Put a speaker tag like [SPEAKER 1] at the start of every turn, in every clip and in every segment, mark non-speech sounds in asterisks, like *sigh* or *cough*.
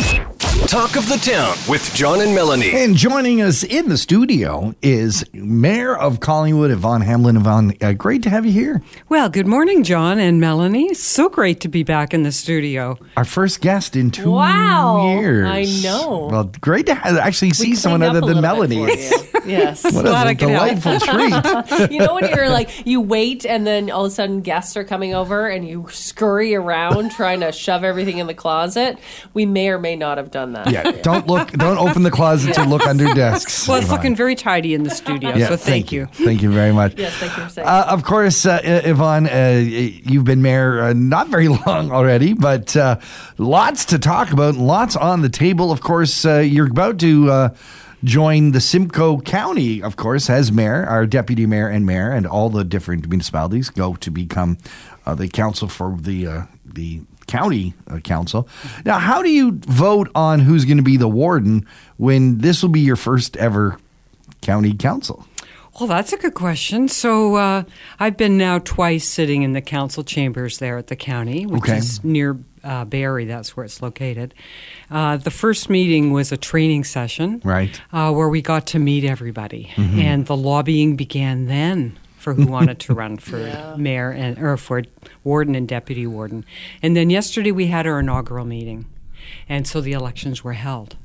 [SPEAKER 1] Talk of the Town with John and Melanie.
[SPEAKER 2] And joining us in the studio is Mayor of Collingwood, Yvonne Hamlin. Yvonne, uh, great to have you here.
[SPEAKER 3] Well, good morning, John and Melanie. So great to be back in the studio.
[SPEAKER 2] Our first guest in two
[SPEAKER 4] Wow.
[SPEAKER 2] years.
[SPEAKER 4] I know.
[SPEAKER 2] Well, great to ha- actually see someone
[SPEAKER 4] Cleaned
[SPEAKER 2] other
[SPEAKER 4] up a
[SPEAKER 2] than
[SPEAKER 4] little bit
[SPEAKER 2] Melanie.
[SPEAKER 4] for you.
[SPEAKER 2] *laughs*
[SPEAKER 4] yes.
[SPEAKER 2] What
[SPEAKER 3] Glad
[SPEAKER 2] a
[SPEAKER 3] I could help.
[SPEAKER 2] delightful
[SPEAKER 4] *laughs*
[SPEAKER 2] treat.
[SPEAKER 4] you know when
[SPEAKER 2] *laughs*
[SPEAKER 4] you're like you wait and then all of a sudden guests are coming over and you scurry around trying to shove everything in the closet. We may or may not have done that.
[SPEAKER 2] Yeah, don't look, don't open the closet to look under desks.
[SPEAKER 3] Well, it's
[SPEAKER 2] Yvonne.
[SPEAKER 3] looking very tidy in the studio,
[SPEAKER 2] Yeah,
[SPEAKER 3] so thank, you.
[SPEAKER 2] Thank you very much.
[SPEAKER 4] Yes, thank you for saying.
[SPEAKER 2] Uh, of course, uh, I- Yvonne, uh, you've been mayor uh, not very *laughs* long already, but uh, lots to talk about, lots on the table. Of course, uh, you're about to uh, join the Simcoe County, of course, as mayor, our deputy mayor and mayor, and all the different municipalities go to become uh, the council for the uh, the county uh, council. Now, how do you vote on who's going to be the warden when this will be your first ever county council?
[SPEAKER 3] Well, that's a good question. So uh, I've been now twice sitting in the council chambers there at the county, which
[SPEAKER 2] Okay.
[SPEAKER 3] is near uh, Barry. That's where it's located. Uh, the first meeting was a training session,
[SPEAKER 2] Right.
[SPEAKER 3] uh, where we got to meet everybody, and the lobbying began then for who wanted to run for mayor and or for warden and deputy warden. And then yesterday we had our inaugural meeting, and so the elections were held,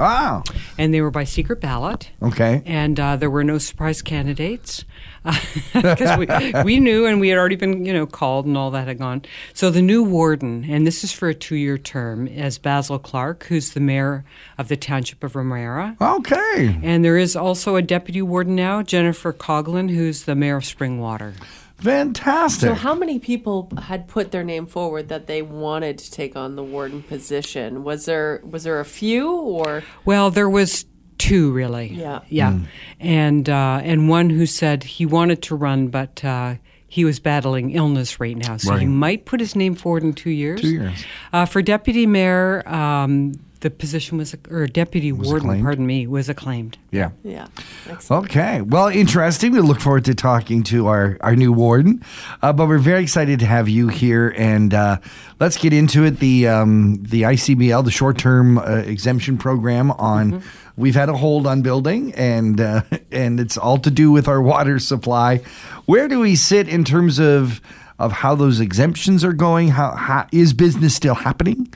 [SPEAKER 2] Oh,
[SPEAKER 3] and they were by secret ballot
[SPEAKER 2] okay.
[SPEAKER 3] and uh, there were no surprise candidates *laughs* because we, we knew and we had already been you know called and all that had gone so the new warden and this is for a two-year term is basil clark who's the mayor of the township of Ramera.
[SPEAKER 2] Okay.
[SPEAKER 3] and there is also a deputy warden now jennifer coglin who's the mayor of springwater
[SPEAKER 2] Fantastic.
[SPEAKER 4] so how many people had put their name forward that they wanted to take on the warden position? Was there was there a few or
[SPEAKER 3] well there was two really
[SPEAKER 4] Yeah.
[SPEAKER 3] yeah
[SPEAKER 2] Hmm.
[SPEAKER 3] and uh, and one who said he wanted to run but uh, he was battling illness right now, so he
[SPEAKER 2] Right.
[SPEAKER 3] might put his name forward in two years.
[SPEAKER 2] Two years.
[SPEAKER 3] Uh, for deputy mayor, um, the position was, or deputy warden,
[SPEAKER 2] acclaimed?
[SPEAKER 3] pardon me, was acclaimed.
[SPEAKER 2] yeah.
[SPEAKER 4] yeah. Excellent.
[SPEAKER 2] Okay. Well, interesting. We look forward to talking to our, our new warden, uh, but we're very excited to have you here. And uh, let's get into it. The um, the ICBL, the short term uh, exemption program on.
[SPEAKER 4] Mm-hmm.
[SPEAKER 2] We've had a hold on building, and uh, *laughs* and it's all to do with our water supply. Where do we sit in terms of of how those exemptions are going? How, how is business still happening?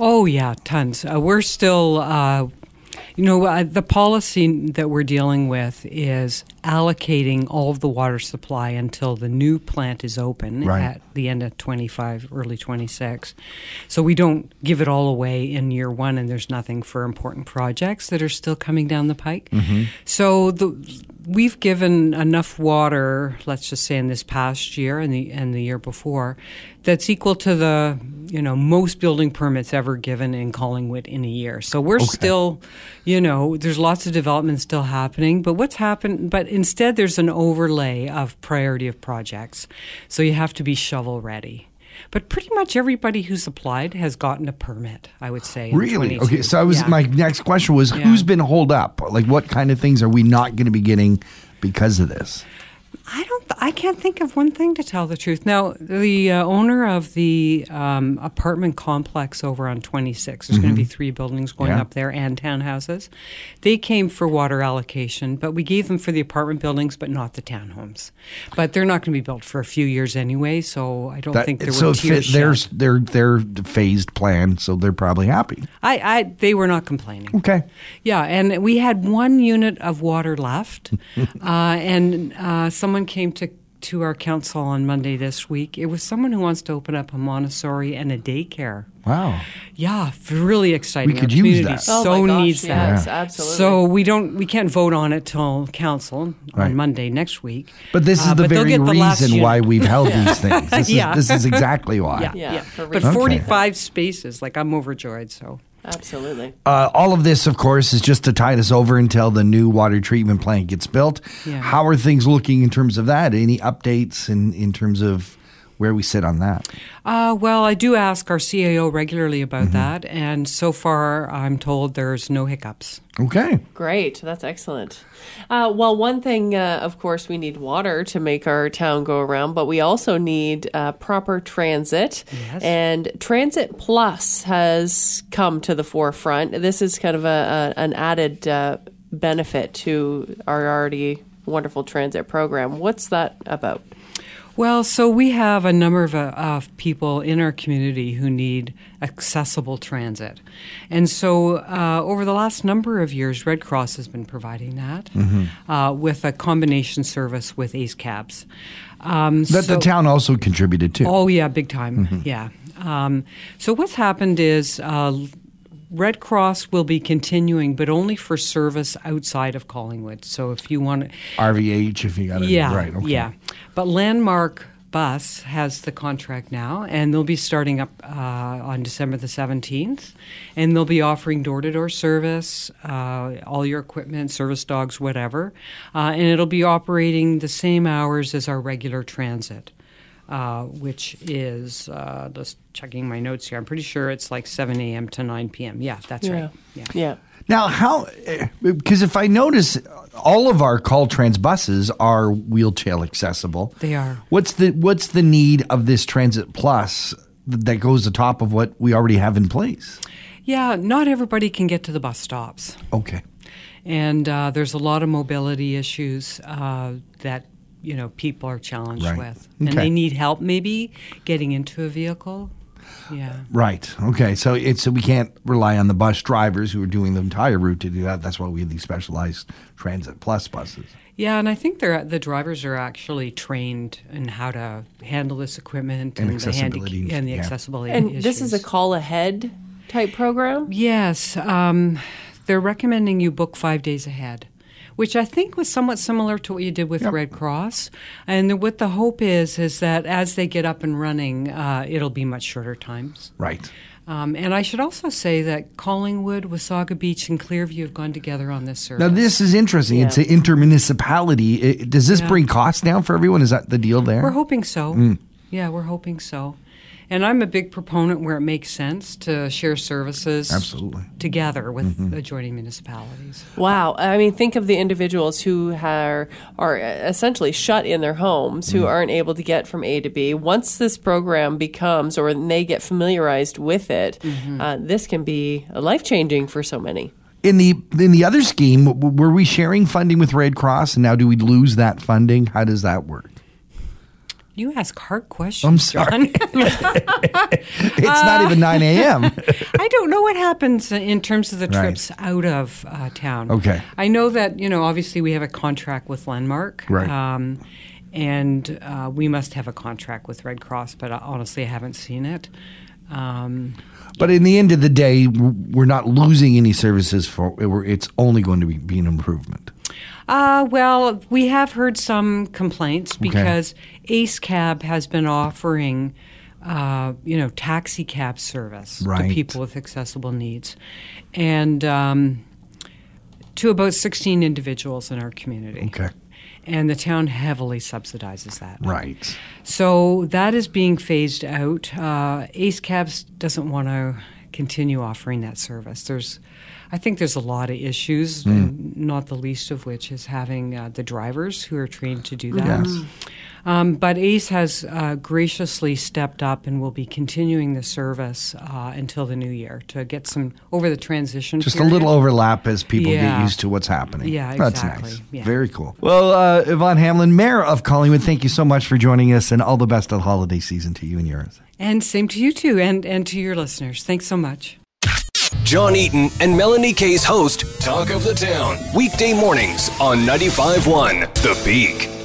[SPEAKER 3] Oh, yeah, tons. Uh, we're still, uh, you know, uh, the policy that we're dealing with is allocating all of the water supply until the new plant is open
[SPEAKER 2] Right.
[SPEAKER 3] at the end of 25, early 26. So we don't give it all away in year one, and there's nothing for important projects that are still coming down the pike. So the we've given enough water, let's just say in this past year and the and the year before, that's equal to the you know most building permits ever given in Collingwood in a year. So we're still, you know, there's lots of development still happening, but what's happened? But instead, there's an overlay of priority of projects, so you have to be shovel ready. But pretty much everybody who's applied has gotten a permit. I would say. in
[SPEAKER 2] Really?
[SPEAKER 3] 22.
[SPEAKER 2] Okay. So I was
[SPEAKER 3] Yeah.
[SPEAKER 2] my next question was who's been holed up? Like what kind of things are we not going to be getting because of this?
[SPEAKER 3] I don't. I can't think of one thing to tell the truth. Now, the uh, owner of the um, apartment complex over on 26, there's going to be three buildings going
[SPEAKER 2] Mm-hmm. Yeah.
[SPEAKER 3] up there and townhouses. They came for water allocation, but we gave them for the apartment buildings, but not the townhomes. But they're not going to be built for a few years anyway, so I don't think there
[SPEAKER 2] so
[SPEAKER 3] were
[SPEAKER 2] it
[SPEAKER 3] tears.
[SPEAKER 2] fit their their their phased plan, so they're probably happy.
[SPEAKER 3] I, I, they were not complaining.
[SPEAKER 2] Okay.
[SPEAKER 3] Yeah, and we had one unit of
[SPEAKER 2] *laughs*
[SPEAKER 3] water left, uh, and uh, someone came to to our council on Monday this week. It was someone who wants to open up a Montessori and a daycare.
[SPEAKER 2] Wow.
[SPEAKER 3] Yeah, f- really exciting.
[SPEAKER 2] We
[SPEAKER 3] Our
[SPEAKER 2] could use
[SPEAKER 3] community
[SPEAKER 2] that.
[SPEAKER 4] Oh
[SPEAKER 3] So
[SPEAKER 4] my gosh,
[SPEAKER 3] needs that.
[SPEAKER 4] yes, Yeah. absolutely.
[SPEAKER 3] So we don't we can't vote on it till council
[SPEAKER 2] Right.
[SPEAKER 3] on Monday next week.
[SPEAKER 2] But this is
[SPEAKER 3] Uh,
[SPEAKER 2] the
[SPEAKER 3] but they'll
[SPEAKER 2] very
[SPEAKER 3] get the last
[SPEAKER 2] reason
[SPEAKER 3] unit.
[SPEAKER 2] why we've held
[SPEAKER 3] *laughs*
[SPEAKER 2] these things. This,
[SPEAKER 3] Yeah.
[SPEAKER 2] is, this is exactly why.
[SPEAKER 3] Yeah,
[SPEAKER 4] Yeah,
[SPEAKER 3] yeah.
[SPEAKER 4] for
[SPEAKER 3] But
[SPEAKER 4] reasons.
[SPEAKER 3] 45 spaces, like I'm overjoyed. So
[SPEAKER 4] Absolutely.
[SPEAKER 2] Uh, all of this, of course, is just to tide us over until the new water treatment plant gets built.
[SPEAKER 3] Yeah.
[SPEAKER 2] How are things looking in terms of that? Any updates in, in terms of where we sit on that.
[SPEAKER 3] Uh, well, I do ask our CAO regularly about
[SPEAKER 2] Mm-hmm.
[SPEAKER 3] that, and so far I'm told there's no hiccups.
[SPEAKER 2] Okay.
[SPEAKER 4] Great, that's excellent. Uh, well, one thing, uh, of course, we need water to make our town go around, but we also need uh, proper transit.
[SPEAKER 3] Yes.
[SPEAKER 4] And Transit Plus has come to the forefront. This is kind of a, a, an added uh, benefit to our already wonderful transit program. What's that about?
[SPEAKER 3] Well, so we have a number of, uh, of people in our community who need accessible transit. And so uh, over the last number of years, Red Cross has been providing that
[SPEAKER 2] Mm-hmm.
[SPEAKER 3] uh, with a combination service with ACE cabs. Um,
[SPEAKER 2] That
[SPEAKER 3] so-
[SPEAKER 2] the town also contributed to.
[SPEAKER 3] Oh yeah, big time. Yeah. Um, so what's happened is uh, Red Cross will be continuing, but only for service outside of Collingwood. So if you want,
[SPEAKER 2] RVH, if you got it
[SPEAKER 3] yeah,
[SPEAKER 2] right. Okay.
[SPEAKER 3] yeah. But Landmark Bus has the contract now, and they'll be starting up uh, on December the seventeenth, and they'll be offering door-to-door service, uh, all your equipment, service dogs, whatever, uh, and it'll be operating the same hours as our regular transit uh, which is uh, just checking my notes here. I'm pretty sure it's like 7 a.m. to 9 p.m. Yeah, that's right. Yeah.
[SPEAKER 4] Yeah.
[SPEAKER 2] Now, how, eh, because if I notice, all of our Caltrans buses are wheelchair accessible.
[SPEAKER 3] They are.
[SPEAKER 2] What's the What's the need of this Transit Plus that goes atop of what we already have in place?
[SPEAKER 3] Yeah, not everybody can get to the bus stops.
[SPEAKER 2] Okay.
[SPEAKER 3] And uh, there's a lot of mobility issues uh, that, you know, people are challenged
[SPEAKER 2] Right.
[SPEAKER 3] with. And
[SPEAKER 2] Okay.
[SPEAKER 3] they need help maybe getting into a vehicle. Yeah.
[SPEAKER 2] Right. Okay. So it's so we can't rely on the bus drivers who are doing the entire route to do that. That's why we have these specialized Transit Plus buses.
[SPEAKER 3] Yeah, and I think they're, the drivers are actually trained in how to handle this equipment
[SPEAKER 2] And
[SPEAKER 3] and, the,
[SPEAKER 2] accessibility,
[SPEAKER 3] handic- and the
[SPEAKER 2] yeah.
[SPEAKER 3] accessibility.
[SPEAKER 4] And this is a
[SPEAKER 3] issues.
[SPEAKER 4] call ahead type program?
[SPEAKER 3] Yes, um, they're recommending you book five days ahead, which I think was somewhat similar to what you did with Red Cross. And the, what the hope is is that as they get up and running, uh, it'll be much shorter times.
[SPEAKER 2] Right.
[SPEAKER 3] Um, and I should also say that Collingwood, Wasaga Beach, and Clearview have gone together on this service.
[SPEAKER 2] Now this is interesting. It's an intermunicipality. It- does this bring costs down for everyone? Is that the deal there?
[SPEAKER 3] We're hoping so.
[SPEAKER 2] Hmm.
[SPEAKER 3] Yeah, we're hoping so. And I'm a big proponent where it makes sense to share services
[SPEAKER 2] Absolutely. Mm-hmm.
[SPEAKER 3] together with adjoining municipalities.
[SPEAKER 4] Wow. I mean, think of the individuals who are, are essentially shut in their homes, who aren't able to get from A to B. Once this program becomes, or they get familiarized with it, uh, this can be life changing for so many.
[SPEAKER 2] In the in the other scheme, w- were we sharing funding with Red Cross, and now do we lose that funding? How does that work?
[SPEAKER 3] You ask hard questions.
[SPEAKER 2] I'm sorry.
[SPEAKER 3] John.
[SPEAKER 2] *laughs*
[SPEAKER 3] *laughs*
[SPEAKER 2] It's not even nine a.m.
[SPEAKER 3] I don't know what happens in terms of the
[SPEAKER 2] Right.
[SPEAKER 3] trips out of uh, town.
[SPEAKER 2] Okay.
[SPEAKER 3] I know that, you know, obviously we have a contract with Landmark.
[SPEAKER 2] Right.
[SPEAKER 3] Um, and uh, we must have a contract with Red Cross, but I, honestly, I haven't seen it. Um,
[SPEAKER 2] but in the end of the day, w- we're not losing any services for. we're- It's only going to be, be an improvement.
[SPEAKER 3] uh, well, we have heard some complaints because Ace Cab has been offering, uh, you know, taxi cab service
[SPEAKER 2] Right.
[SPEAKER 3] to people with accessible needs. And um, to about 16 individuals in our community.
[SPEAKER 2] Okay.
[SPEAKER 3] And the town heavily subsidizes that.
[SPEAKER 2] Right.
[SPEAKER 3] So that is being phased out. Uh, Ace Cabs doesn't want to continue offering that service. There's, I think there's a lot of issues,
[SPEAKER 2] Hmm.
[SPEAKER 3] and not the least of which is having uh, the drivers who are trained to do that.
[SPEAKER 2] Yes.
[SPEAKER 3] Um, but Ace has uh, graciously stepped up and will be continuing the service uh, until the new year to get some over the transition.
[SPEAKER 2] Just a
[SPEAKER 3] period.
[SPEAKER 2] little overlap as people get
[SPEAKER 3] Yeah.
[SPEAKER 2] used to what's happening.
[SPEAKER 3] Yeah,
[SPEAKER 2] That's
[SPEAKER 3] exactly.
[SPEAKER 2] nice.
[SPEAKER 3] Yeah.
[SPEAKER 2] Very cool. Well, uh, Yvonne Hamlin, Mayor of Collingwood, thank you so much for joining us and all the best of the holiday season to you and yours.
[SPEAKER 3] And same to you too, and and to your listeners. Thanks so much.
[SPEAKER 1] John Eaton and Melanie Kay's host, Talk of the Town. Weekday mornings on 95.1 The Peak.